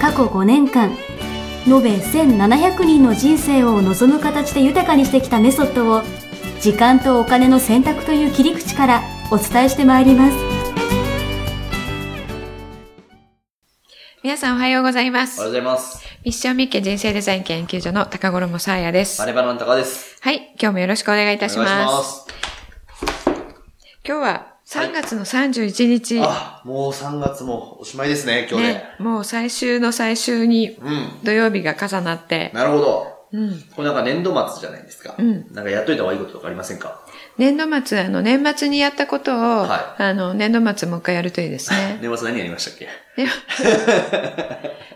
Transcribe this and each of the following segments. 過去5年間延べ1700人の人生を望む形で豊かにしてきたメソッドを時間とお金の選択という切り口からお伝えしてまいります皆さんおはようございまおはようす。ございます。ミッションミッケ人生デザイン研究所の高頃もさあやです。バはネバナの高です。い、今日もよろしくお願いいたします。お願いします。今日は3月の31日、あ、もう3月もおしまいですね、今日で。ね、もう最終の最終にうん。土曜日が重なって、なるほど。うん、これなんか年度末じゃないですか。うんなんかやっといた方がいいこととかありませんか年度末、あの、年末にやったことを、はあの、年度末もう一回やるといいですね。年末何やりましたっけ年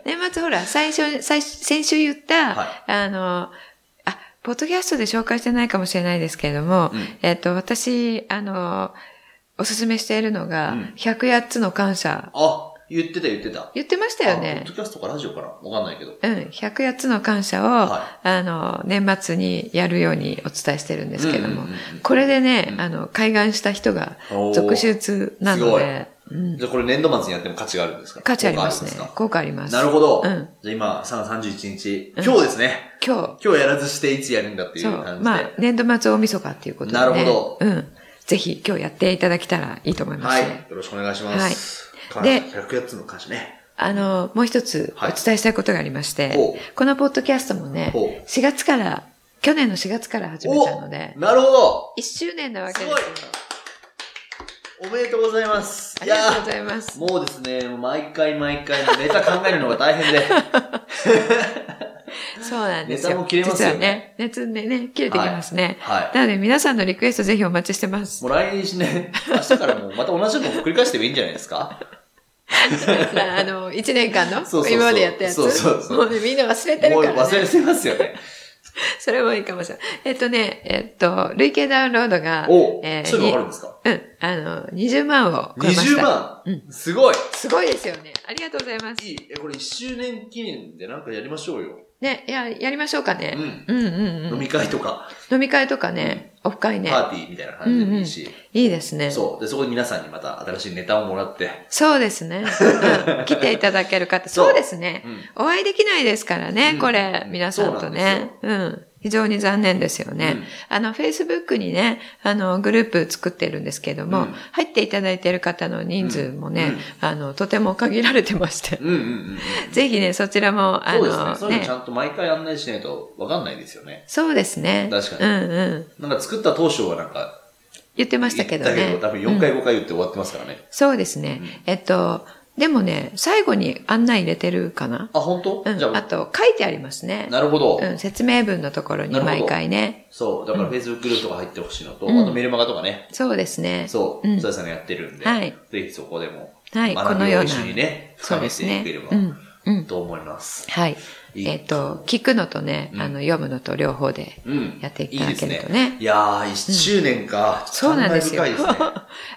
年末ほら、最初、最先週言った、はあの、あ、ポッドキャストで紹介してないかもしれないですけれども、うんえっと、私、あの、おすすめしているのが、うん108つの感謝。あ、言ってた言ってた。言ってましたよあポねッド。キャストかラジオかなわかんないけど。うん、108つの感謝を、はあの、年末にやるようにお伝えしてるんですけれども、うんうんうんうんこれでね、うんあの、開眼した人がおー続出なので、うん、じゃあこれ年度末にやっても価値があるんですか価値ありますね効果あるん。効果ありま。ですすかなるほど。うんじゃあ今、3月31日、うん今日ですね。今今日やらずしていつやるんだって日、いうそ感じう、で。まあ、年度末大晦日っていうことで、ね。なるほどうん。ぜひ今日やっていただけたらいいと思いまはす、い。よろしくお願いします。はいで、100つの歌詞ね。あの、もう一つおはい伝えしたいことがありまして、ほうこのポッドキャストもねほう、 4月から、去年の4月から始めたので、なるほど1周年なわけすですごよい。おめでとうございます。ありがとうごいざいます。やーもうですね、もう毎回毎回ネタ考えるのが大 変で。そうなんですよ。ネタも切れますよね。実はね、熱でね、切れてきますね。はい。なので皆さんのリクエストぜひお待ちしてます も。う来年ね、明日からもうまた同じのを繰り返してもいいんじゃないですかあの、1年間のそうそうそう今までやったやつ。そうそうそうもうねみんな忘れてるもかうら、ね。忘れてますよね。 それもいいかもしれない。えっとね、えっと、累計ダウンロードが、おえーそういうのわかるんですかにうん、あの、20万を超えまし ?20 た。万うすごいすごいですよね。ありがとうございますい。い。え、これ1周年記念でなんかやりましょうよ。ね、いや、やりましょうかねう。ん。うん、うん、う飲んみ会とか、飲み会とかね、オフ会ねパ、ーティーみたいな感じでもいいし。いいですね。そう。で、そこで皆さんにまた新しいネタをもらって。そうですね。 うん来ていただける方。そうですねう。ん。お会いできないですからねう、んこれ、皆さんとね。うん。非常に残念ですようねん。あの、Facebook にね、あの、グループ作ってるんですけどうもん、入っていただいてる方の人数もうねん、あの、とても限られてまして。うんうんうん。 ぜひね、そちらも、あそうですね。の、そういうのねちゃ。んと毎回案内しないと分かんないですよね。そうですね。確かにうんうん。なんか作った当初はなんか、言ってま言したけどったね。多分うん4回5回言って終わってますからね。そうですね。えっと、でもね、最後に案内入れてるかな。あ、本当、うん。じゃああ、と、書いてありますね。なるほど。うん、説明文のところになるほど毎回ね。そう。だから Facebook グループとか入ってほしいのと、うんあとメルマガとかね。そうですね。そう。うんそやさんがやってるんで、はいぜひそこでも、はいこ学のびようをな一緒にね、そう深でめすていけれねば、。うん。うん。と思います。はい。いいえっと、聞くのとね、うんあの、読むのと両方でうん。やっていただけるといいですね。ね。いやー、1周年か。そうなんですよ。感慨深い ですね。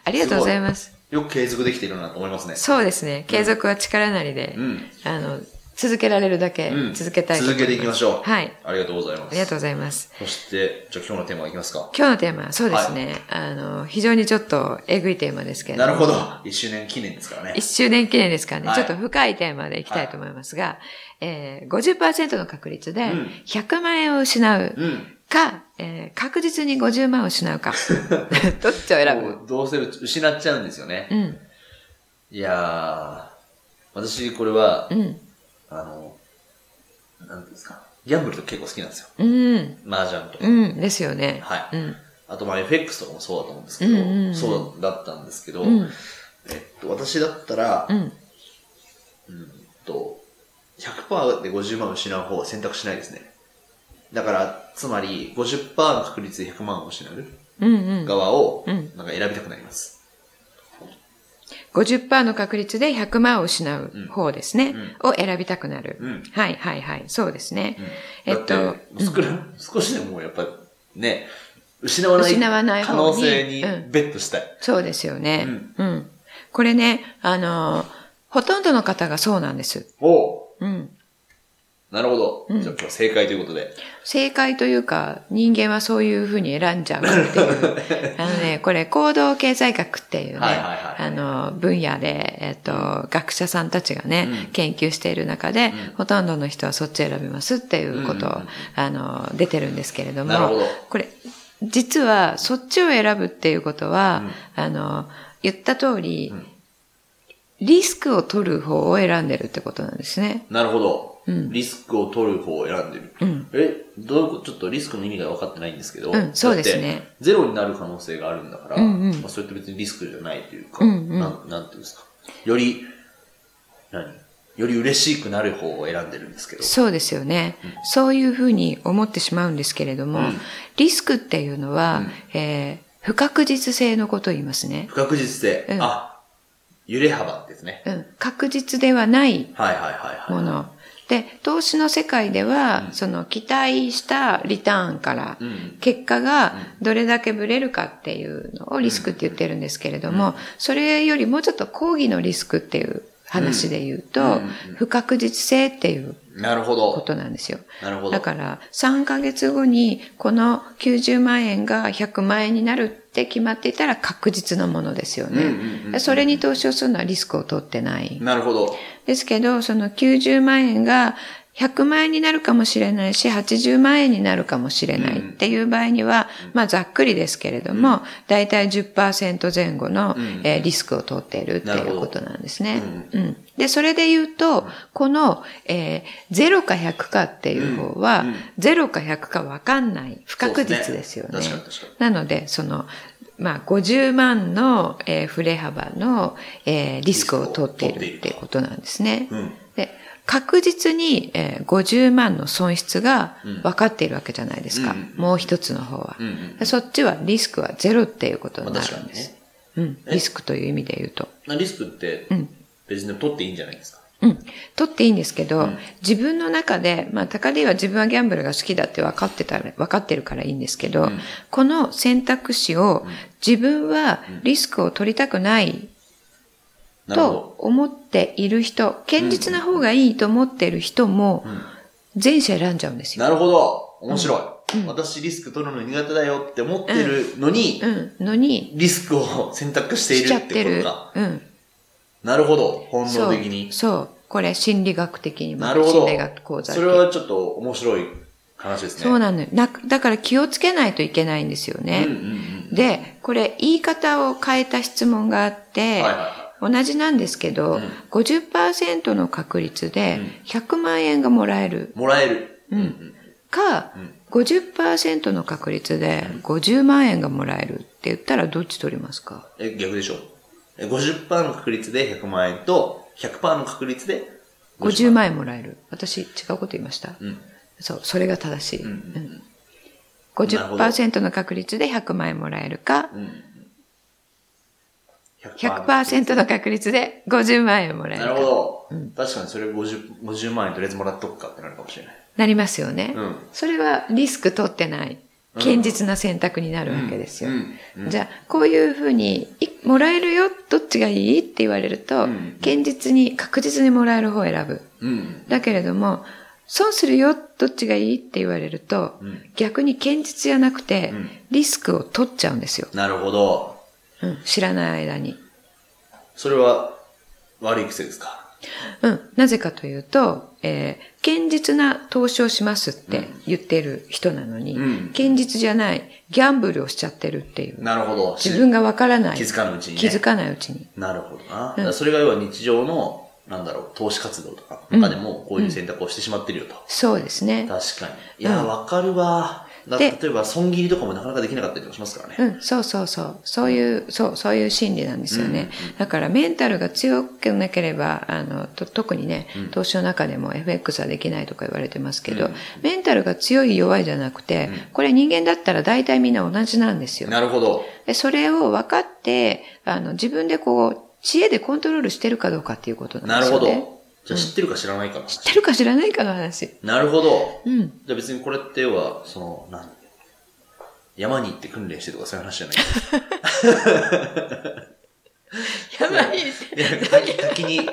ありがとうございます。よく継続できているなと思いますね。そうですね。継続は力なりで、うん。あの、続けられるだけうん続けたいと思続けていきましょう。はい。ありがとうございます。ありがとうございます。そして、じゃあ今日のテーマいきますか。今日のテーマは、そうですね。あの、非常にちょっとえぐいテーマですけれどなも。るほど。1周年記念ですからね1。周年記念ですからね、はいちょっと深いテーマでいきたいと思いますが、えー、50%の確率でうん100万円を失ううん。か、えー確実に50万を失 うか、どっちを選ぶもうどうせ失っちゃうんですよね。うん、いやー、私これはう、ん、あの、なんていうんですか。ギャンブルとか結構好きなんですよ。うん、麻雀とか。うん、ですよね。はうい。ん、あとまあ FX とかもそうだと思うんですけど、うんうんうんそうだったんですけど、うん、えっと、私だったらう、ん。うんと、100%で50万を失う方は選択しないですね。だから、つまり50、の確率で100万を失ううんうん。側を、うんなんか選びたくなります。 50%の確率で100万を失う方ですね。を選びたくなる、うんはいはいはい。そうですね。だえっ、ってと、少な少しでもやっぱね、失わない失わない可方に能性にうんベットしたい。そうですよね、うん。これね、あの、ほとんどの方がそうなんです。おううん。なるほど。じゃあ今日正解ということで。正解というか、人間はそういうふうに選んじゃうって いう。あのね、これ、行動経済学っていうね、はいはいはいあの、分野で、えっと、学者さんたちがね、研究している中で、ほとんどの人はそっち選びますっていうことを、あの、出てるんですけれども、なるほどこれ、実は、そっちを選ぶっていうことは、あの、言った通り、リスクを取る方を選んでるってことなんですね。なるほど。リスクを取る方を選んでる。え、どういうことちょっとリスクの意味が分かってないんですけど。うんそうですねだってゼロになる可能性があるんだから、まあ、それって別にリスクじゃないというか、なんなんていうんですか。より、何より嬉しくなる方を選んでるんですけど。そうですよね。そういうふうに思ってしまうんですけれども、リスクっていうのは、えー不確実性のことを言いますね。不確実性。うんあ、揺れ幅ですね。うん、確実ではないはいはいはいはもい。の。で、投資の世界では、その期待したリターンから、ん結果がどれだけブレるかっていうのをリスクって言ってるんですけれども、それよりもうちょっと講義のリスクっていう話で言うと、不確実性っていうなるこほど。となんですよ。なるほど。だから、3ヶ月後に、この90万円が100万円になるって決まっていたら確実なものですよね。うんうんうんうんそれに投資をするのはリスクを取ってない。なるほど。ですけど、その90万円が100万円になるかもしれないし、80万円になるかもしれないっていう場合には、まあざっくりですけれども、だいたい10%前後の、えーリスクを取っているってなるほいうどことなんですね。うんで、それで言うと、この、えー0か100かっていう方は、0か100か分かんない、不確実ですよそうね。ですね確かに確かになので、その、まあ、50万の、えー振れ幅の、えーリスクを取っているっていうことなんですね。うんで確実に、えー50万の損失が分かっているわけじゃないですか。うんもう一つの方は、んうんでそっちはリスクはゼロっていうことになるんです。うん。えリスクという意味で言うと。まあリスクって、別に取っていいんじゃないですか。うん。取っていいんですけど、自分の中で、まあ、高利は自分はギャンブルが好きだって分かってたら、分かってるからいいんですけど、この選択肢を自分はリスクを取りたくないなるほとど。思っている人、堅実な方がいいと思っている人も、前者選んじゃうんですよ。なるほど。面白い。私リスク取るの苦手だよって思ってるのに、うん。のに、リスクを選択していしちるゃっっててことるか。。うん。なるほど。本そ能う的に。そう。これ、心理学的にも。なるほど心理学講。座ってそれはちょっと面白い話ですね。そうなのよ。な、だから気をつけないといけないんですよね。うんうんうん。で、これ、言い方を変えた質問があって、はいはいは同じなんですけど、50%の確率で100万円がもらえるもらえる。うんか、50%の確率で50万円がもらえるって言ったらどっち取りますかえ、逆でしょ。え50%の確率で100万円と、100%の確率で50万円もらえる。私、違うこと言いました、んそう、それが正しい。うんなるほど50%の確率で100万円もらえるか、100%の確率で50万円もらえるなか。るほど。確かにそれ 50, 50万円とりあえずもらっとくかってなるかもしれない。なりますよね、うんそれはリスク取ってない。堅実な選択になるわけですよ。じゃあ、こういうふうに、いもらえるよ、どっちがいいって言われると、堅実に、確実にもらえる方を選ぶ。うん。だけれども、損するよ、どっちがいいって言われると、逆に堅実じゃなくて、リスクを取っちゃうんですよ。なるほど。うん、知らない間に。それは悪い癖ですか。うん、なぜかというと、えー堅実な投資をしますって言ってる人なのに、ん堅実じゃない、ギャンブルをしちゃってるっていう。なるほど。自分がわからない。気づかぬうちにね気づかないうちに。なるほどな。だからそれが要は日常の、なんだろう、投資活動とか、中でもこういう選択をしてしまってるよと。そうですね。確かに。いや、わかるわ。だで例えば、損切りとかもなかなかできなかったりとかしますからうね。ん、そうそうそう。そういう、そう、そういう心理なんですよね。だからメンタルが強くなければ、あの、と特にね、投資の中でも FX はできないとか言われてますけど、メンタルが強い弱いじゃなくて、これ人間だったら大体みんな同じなんですよ。なるほど。でそれを分かって、あの、自分でこう、知恵でコントロールしてるかどうかっていうことななんでるすほよね。ど。じゃあ知ってるか知らないかの知って話。るか知らないかの話。なるほど。うん。じゃあ別にこれって要は、その、なん山に行って訓練してとかそういう話じゃない。やばい。いや滝滝に、う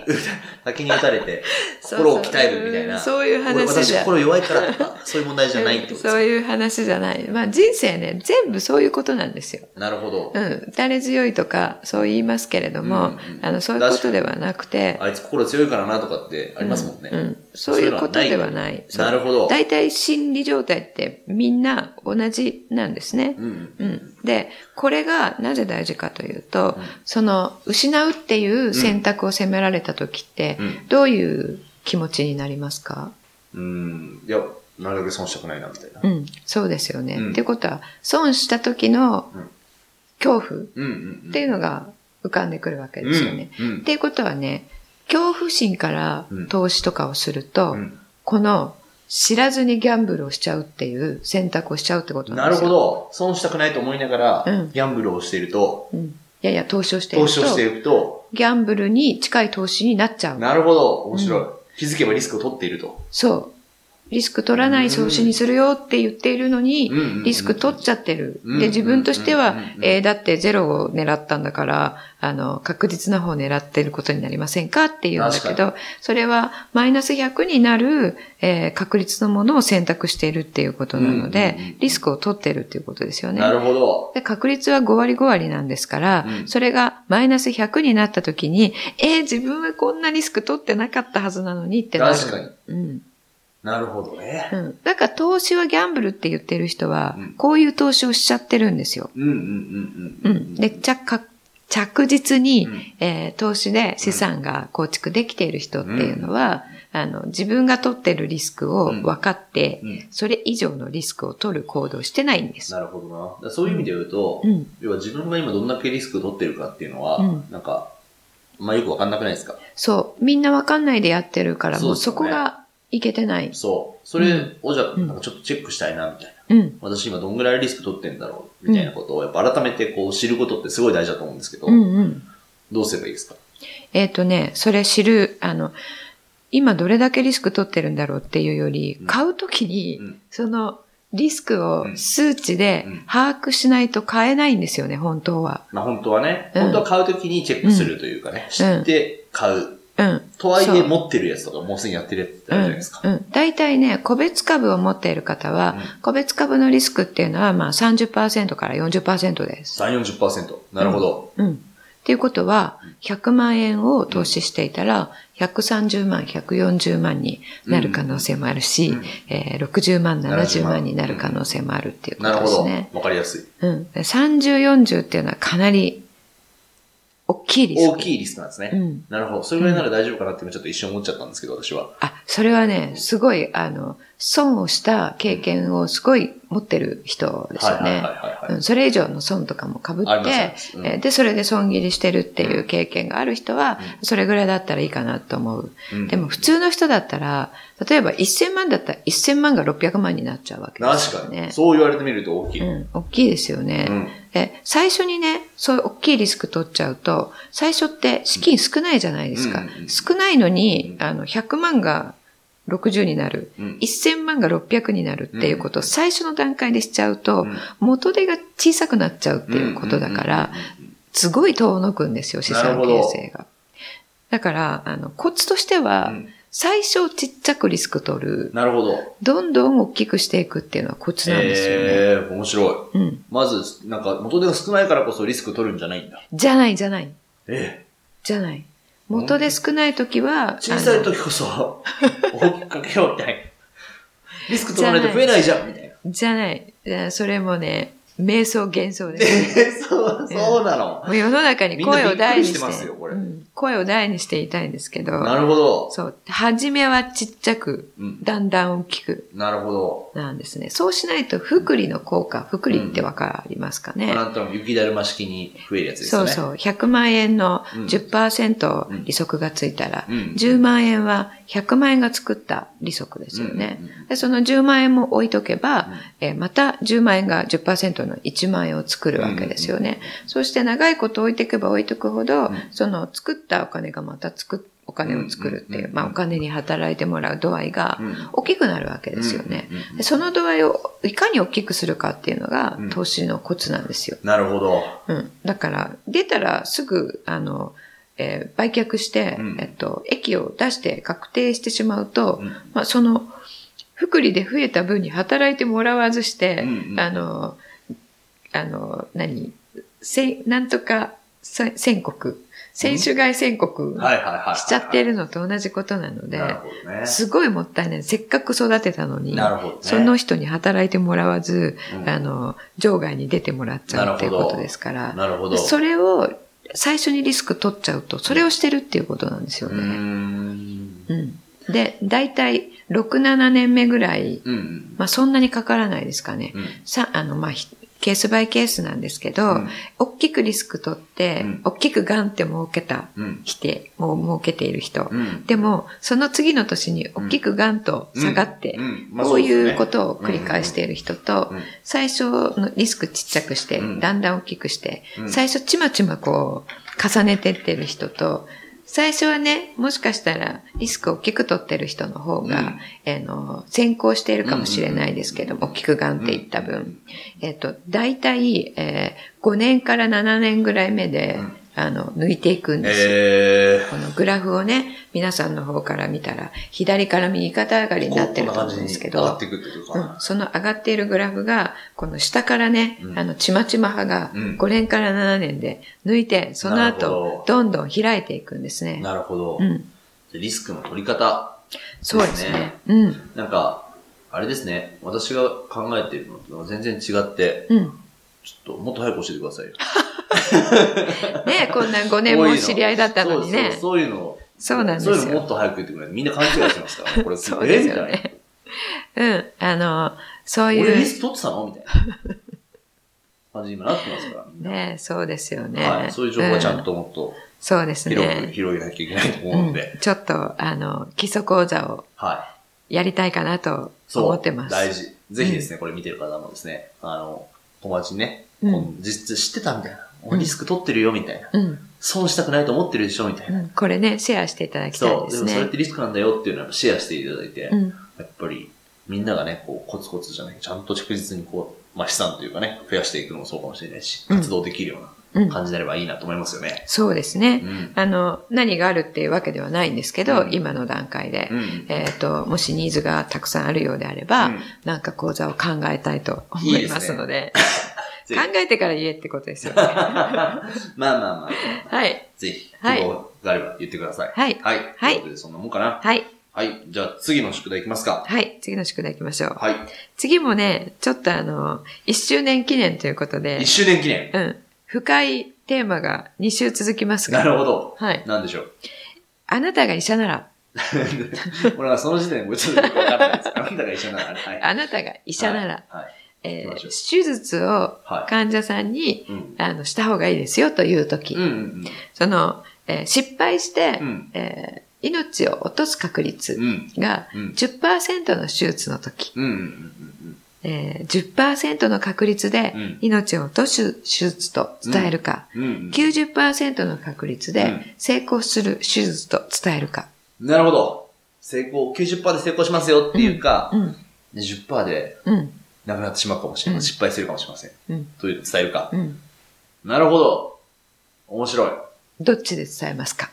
滝に打たれて、そうそう心を鍛えるみたいな。そういう話俺私じゃ心弱いからとか、そういう問題じゃないってことですそういう話じゃない。まあ人生ね、全部そういうことなんですよ。なるほどう。ん。打たれ強いとか、そう言いますけれども、うんうんあの、そういうことではなくて、あいつ心強いからなとかってありますもんね。うん、そういうことではない。なるほど大体心理状態ってみんな同じなんですね。うん。うん。で、これがなぜ大事かというと、その、失うっていう選択を迫られた時って、うんどういう気持ちになりますかうん。いや、なるべく損したくないな、みたいなう。ん。そうですよね。うんってことは、損した時のうん恐怖っうんうんうん。ていうのが浮かんでくるわけですよね。うん。うっん。ていうことはね、恐怖心から投資とかをすると、うんこの知らずにギャンブルをしちゃうっていう選択をしちゃうってことななんでるすほよ。ど。損したくないと思いながら、うんギャンブルをしていると、ど。うん、いやいや、投資をしている投と資をしていると、ギャンブルに近い投資になっちゃう。なるほど。面白い。う気づけばリスクを取っていると。そう。リスク取らない投資にするよって言っているのに、うんうんうんうんリスク取っちゃってる。うんうんうんで、自分としてはうんうんう、んえーだってゼロを狙ったんだから、あの、確実な方を狙ってることになりませんかっていうんだけ確かど、それはマイナス100になる、えー確率のものを選択しているっていうことなので、うんうんうんリスクを取ってるっていうことですよね。なるほど。で確率は5割5割なんですから、うんそれがマイナス100になった時に、えー自分はこんなリスク取ってなかったはずなのにってなる。確かに。うん。なるほどね。うん。だから投資はギャンブルって言ってる人は、うんこういう投資をしちゃってるんですよ。うんうんうんううん。ん。で、ちゃか着実に、うんえー投資で資産が構築できている人っていうのは、あの、自分が取ってるリスクを分かって、うんそれ以上のリスクを取る行動をしてないんです。なるほどな。だからそういう意味で言うと、うん。要は自分が今どんだけリスクを取ってるかっていうのは、うんなんか、まあよくわかんなくないですか。そう。みんなわかんないでやってるから、そもううですよそねこがいけてない。そう。それをじゃあ、んなんかちょっとチェックしたいな、みたいな。うん。私今どんぐらいリスク取ってんだろう、みたいなことを、やっぱ改めてこう知ることってすごい大事だと思うんですけど、うんうん。どうすればいいですかえっ、とね、それ知る、あの、今どれだけリスク取ってるんだろうっていうより、ん買うときに、うんそのリスクをうん数値でうん把握しないと買えないんですよね、本当は。まあ本当はね、うん本当は買うときにチェックするというかね、知って買う。うん。とはいそえう持ってるやつとかもうすでにやってるやつってあうるじゃないんですか。うん。大体ね、個別株を持っている方は、う個別株のリスクっていうのは、まあ30%から40%です。 3、40%。なるほど。うん。っていうことは、100万円を投資していたら、130万、140万になる可能性もあるし、うんえー60万、70 70万万になる可能性もあるっていうこなるとでほすど。ね。わかりやすい。うん。30、40っていうのはかなり大きいリスク。大きいリスクなんですね。うんなるほど。それぐらいなら大丈夫かなって今ちょっと一瞬思っちゃったんですけど、私は。あ、それはね、すごい、あの、損をした経験をすごい持ってる人ですよはいはいねはいはいは。いうんそれ以上の損とかも被って、ありますありますうんえーで、それで損切りしてるっていう経験がある人は、それぐらいだったらいいかなと思う。うんでも普通の人だったら、例えば1000万だったら1000万が600万になっちゃうわけです確よかね。に。そう言われてみると大きい。うん、大きいですよね。うんえ最初にね、そういう大きいリスク取っちゃうと、最初って資金少ないじゃないですか。うんうんうん少ないのに、あの、100万が60になる、うん1000万が600になるっていうことを最初の段階でしちゃうと、ん元手が小さくなっちゃうっていうことだから、すごい遠のくんですよ、資産形成が。だから、あの、コツとしては、うん最初ちっちゃくリスク取る、なるほど。どんどん大きくしていくっていうのはコツなんですよね。えー、面白い。うん。まず、なんか、元手が少ないからこそリスク取るんじゃないんだ。じゃないじゃない。えじゃない。元で少ない時は、え小さいあの時こそ、大きくかけようみたいな。リスク取らないと増えないじゃんみたいな。じゃない。いやそれもね、瞑想幻想です。えーそう、そうなの。もう世の中に声を大にしてみんなびっくりしてますよこれうん声を大にして言いたいんですけど、なるほど。そう、初めはちっちゃく、うんだんだん大きくなるほど。なんですね。そうしないと、福利の効果、福利ってわかりますかね。なんとなく雪だるま式に増えるやつですそようね。そう。100万円のうん10%利息がついたら、うん10万円は100万円が作った利息ですよね。うんうんでその10万円も置いとけば、えーまた10万円が10%トの1万円を作るわけですよね。そして長いこと置いていけば置いとくほど、その作ったお金がまた作っお金を作るっていう、まあお金に働いてもらう度合いが大きくなるわけですよね。でその度合いをいかに大きくするかっていうのが投資のコツなんですよ。なるほど。うん。だから、出たらすぐ、あの、えー売却して、うんえっと、益を出して確定してしまうと、うんまあ、その、福利で増えた分に働いてもらわずして、うんうんあの、あの、何、せ、なんとか、せ宣告、選手外宣告はいはいはいはい。しちゃってるのと同じことなので、なるほどね。すごいもったいない。せっかく育てたのに、なるほどねその人に働いてもらわず、うんあの、場外に出てもらっちゃうっていうことですから、なるほど。それを最初にリスク取っちゃうと、それをしてるっていうことなんですようーね。ん。うん。で、だいたい6、7年目ぐらい、うんうん。まあそんなにかからないですかね。うんさ、あの、まあ、ひケースバイケースなんですけど、うん大きくリスク取って、うん大きくガンって儲けた、うん。して、もう儲けている人、うん。でも、その次の年に大きくガンと下がって、うんまあこそううですねいうことを繰り返している人とうんうんうん、最初のリスクちっちゃくして、うんだんだん大きくしてう、ん最初ちまちまこう、重ねてってる人と、最初はね、もしかしたらリスクを大きく取ってる人の方が、うんえーの、先行しているかもしれないですけども、大きくガンっていった分、えっ、と、大体、えー、5年から7年ぐらい目で、うんあの、抜いていくんですよ。えー。このグラフをね、皆さんの方から見たら、左から右肩上がりになってると思うんですけこんなど感じ、に上がっていくっていううかん、。その上がっているグラフが、この下からね、うんあの、ちまちま派がうん5年から7年で抜いて、そのなるほ後ど、どんどん開いていくんですね。なるほどう。ん。リスクの取り方。そうですね。うん。なんか、あれですね。私が考えてるのと全然違って、うん。ちょっともっと早く教えてくださいよ。ねこんな5年こうもいうの知り合いだったのにね。そうそうそういうのをそうなんですよそういうのもっと早く言ってくれない。みんな勘違いしてますからね。こ れ、そうですえよーみたいなね。うん。あの、そういう。俺リスク取ってたのみたいな感じに今なってますから。みんなねそうですよね。はい。そういう情報はちゃうんともっとそうですね。広く、広げなきゃいけないと思うので。うんちょっと、あの、基礎講座をはい。やりたいかなとそう。思ってます。大事。ぜひですね、これ見てる方もですね、あの、友達にね、うんこの実質知ってたみたいな。う俺んリスク取ってるよ、みたいな。うん。損したくないと思ってるでしょ、みたいうな。ん。これね、シェアしていただきたいそでう。ですもそれっね。てリスクなんだよっていうのをやっぱシェアしていただいて、うん。やっぱり、みんながね、こう、コツコツじゃない、ちゃんと着実にこう、まあ、資産というかね、増やしていくのもそうかもしれないし、うん活動できるような感じになればいいなと思いますよね。そうですうね。ん。あの、何があるっていうわけではないんですけど、うん今の段階で。 うん。えっ、と、もしニーズがたくさんあるようであれば、うんなんか講座を考えたいと思いますので、ぜ ひ考えてから言えってことですよ ね。はまあまあまあ、い。ぜひ、はい希望があれば言ってください。はいはい。はいということで、そんなもんかな。はい。はい。じゃあ、次の宿題いきますか。はい。次の宿題行きましょう。はい。次もね、ちょっとあの、1周年記念ということで1、周年記念。うん。深いテーマが2週続きますなが、るほど。はい。なんでしょう。 あなたが医者なら、俺はその時点でもうちょっとよくわかんないです。あなたが一緒なら。はい。あなたが医者なら、はい。えー行きましょう手術をはい患者さんに、うん。あの、した方がいいですよという時、うんうんその、えー失敗して、うんえー命を落とす確う率ん。がうん。うん。 10%の手術の時、うんうんうんえー、10%の確率でうん命を落とす手術と伝えるか、うん。うん90%の確率うでん成功する手術と伝えるか。なるほど。成功、90%で成功しますよっていうか、うん。 10%でうん。なくなってしまうかもしれうない。ん失敗するかもしれません。うん。というのを伝えるか。うん。なるほど。面白い。どっちで伝えますか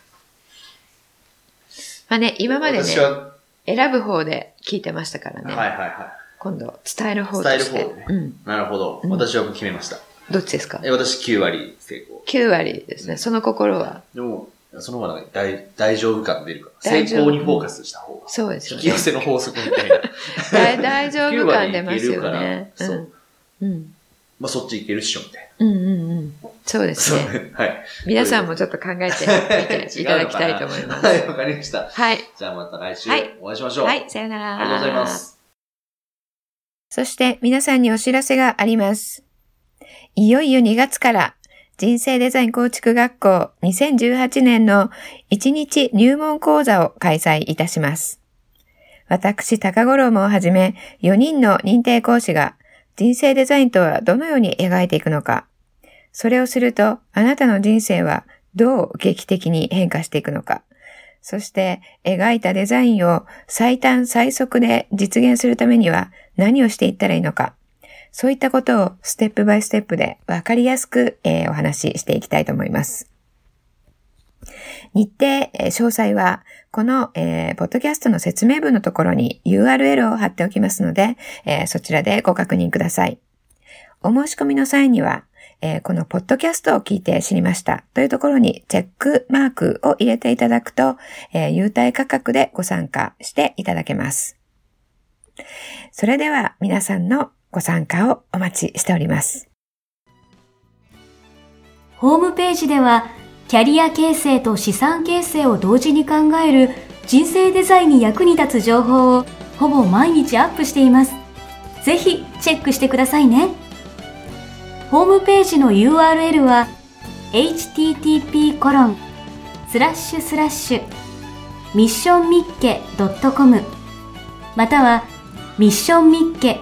まあね、今までね、私は、選ぶ方で聞いてましたからね。はいはいは今度、伝える方として。伝える方ねうん。い。なるほど。うん私はもう決めました。どっちですかえ私9割成功。 ?9 割ですね。その心は。でも、その方がなんか大大丈夫感出るから。成大丈夫功にフォーカスした方が。そうです引よき寄ね。せの法則みたいな。 大大丈夫感出ます9割いけるよからね。うそんう。うん。まあ、そっちいけるっしょ、みたいな。うんうんうん。そうですそうね。ね。 はい。皆さんもちょっと考えてみ ていただきたいと思います。違うのかなはい、わかりました。はい。じゃあまた来週はいお会いしましょう。はい、さよなら。ありがとうございます。。そして皆さんにお知らせがあります。いよいよ2月から人生デザイン構築学校2018年の1日入門講座を開催いたします。私、高五郎もはじめ4人の認定講師が人生デザインとはどのように描いていくのか。それをすると、あなたの人生はどう劇的に変化していくのか。そして描いたデザインを最短最速で実現するためには何をしていったらいいのか。そういったことをステップバイステップでわかりやすく、えーお話ししていきたいと思います。日程、えー詳細はこの、えーポッドキャストの説明文のところに URL を貼っておきますので、えーそちらでご確認ください。お申し込みの際には、えーこのポッドキャストを聞いて知りましたというところにチェックマークを入れていただくと、えー優待価格でご参加していただけます。それでは皆さんのご参加をお待ちしております。ホームページでは、キャリア形成と資産形成を同時に考える人生デザインに役に立つ情報をほぼ毎日アップしています。ぜひチェックしてくださいね。ホームページの URL は http コロンスラッシュスラッシュミッションミッケ .com またはミッションミッケ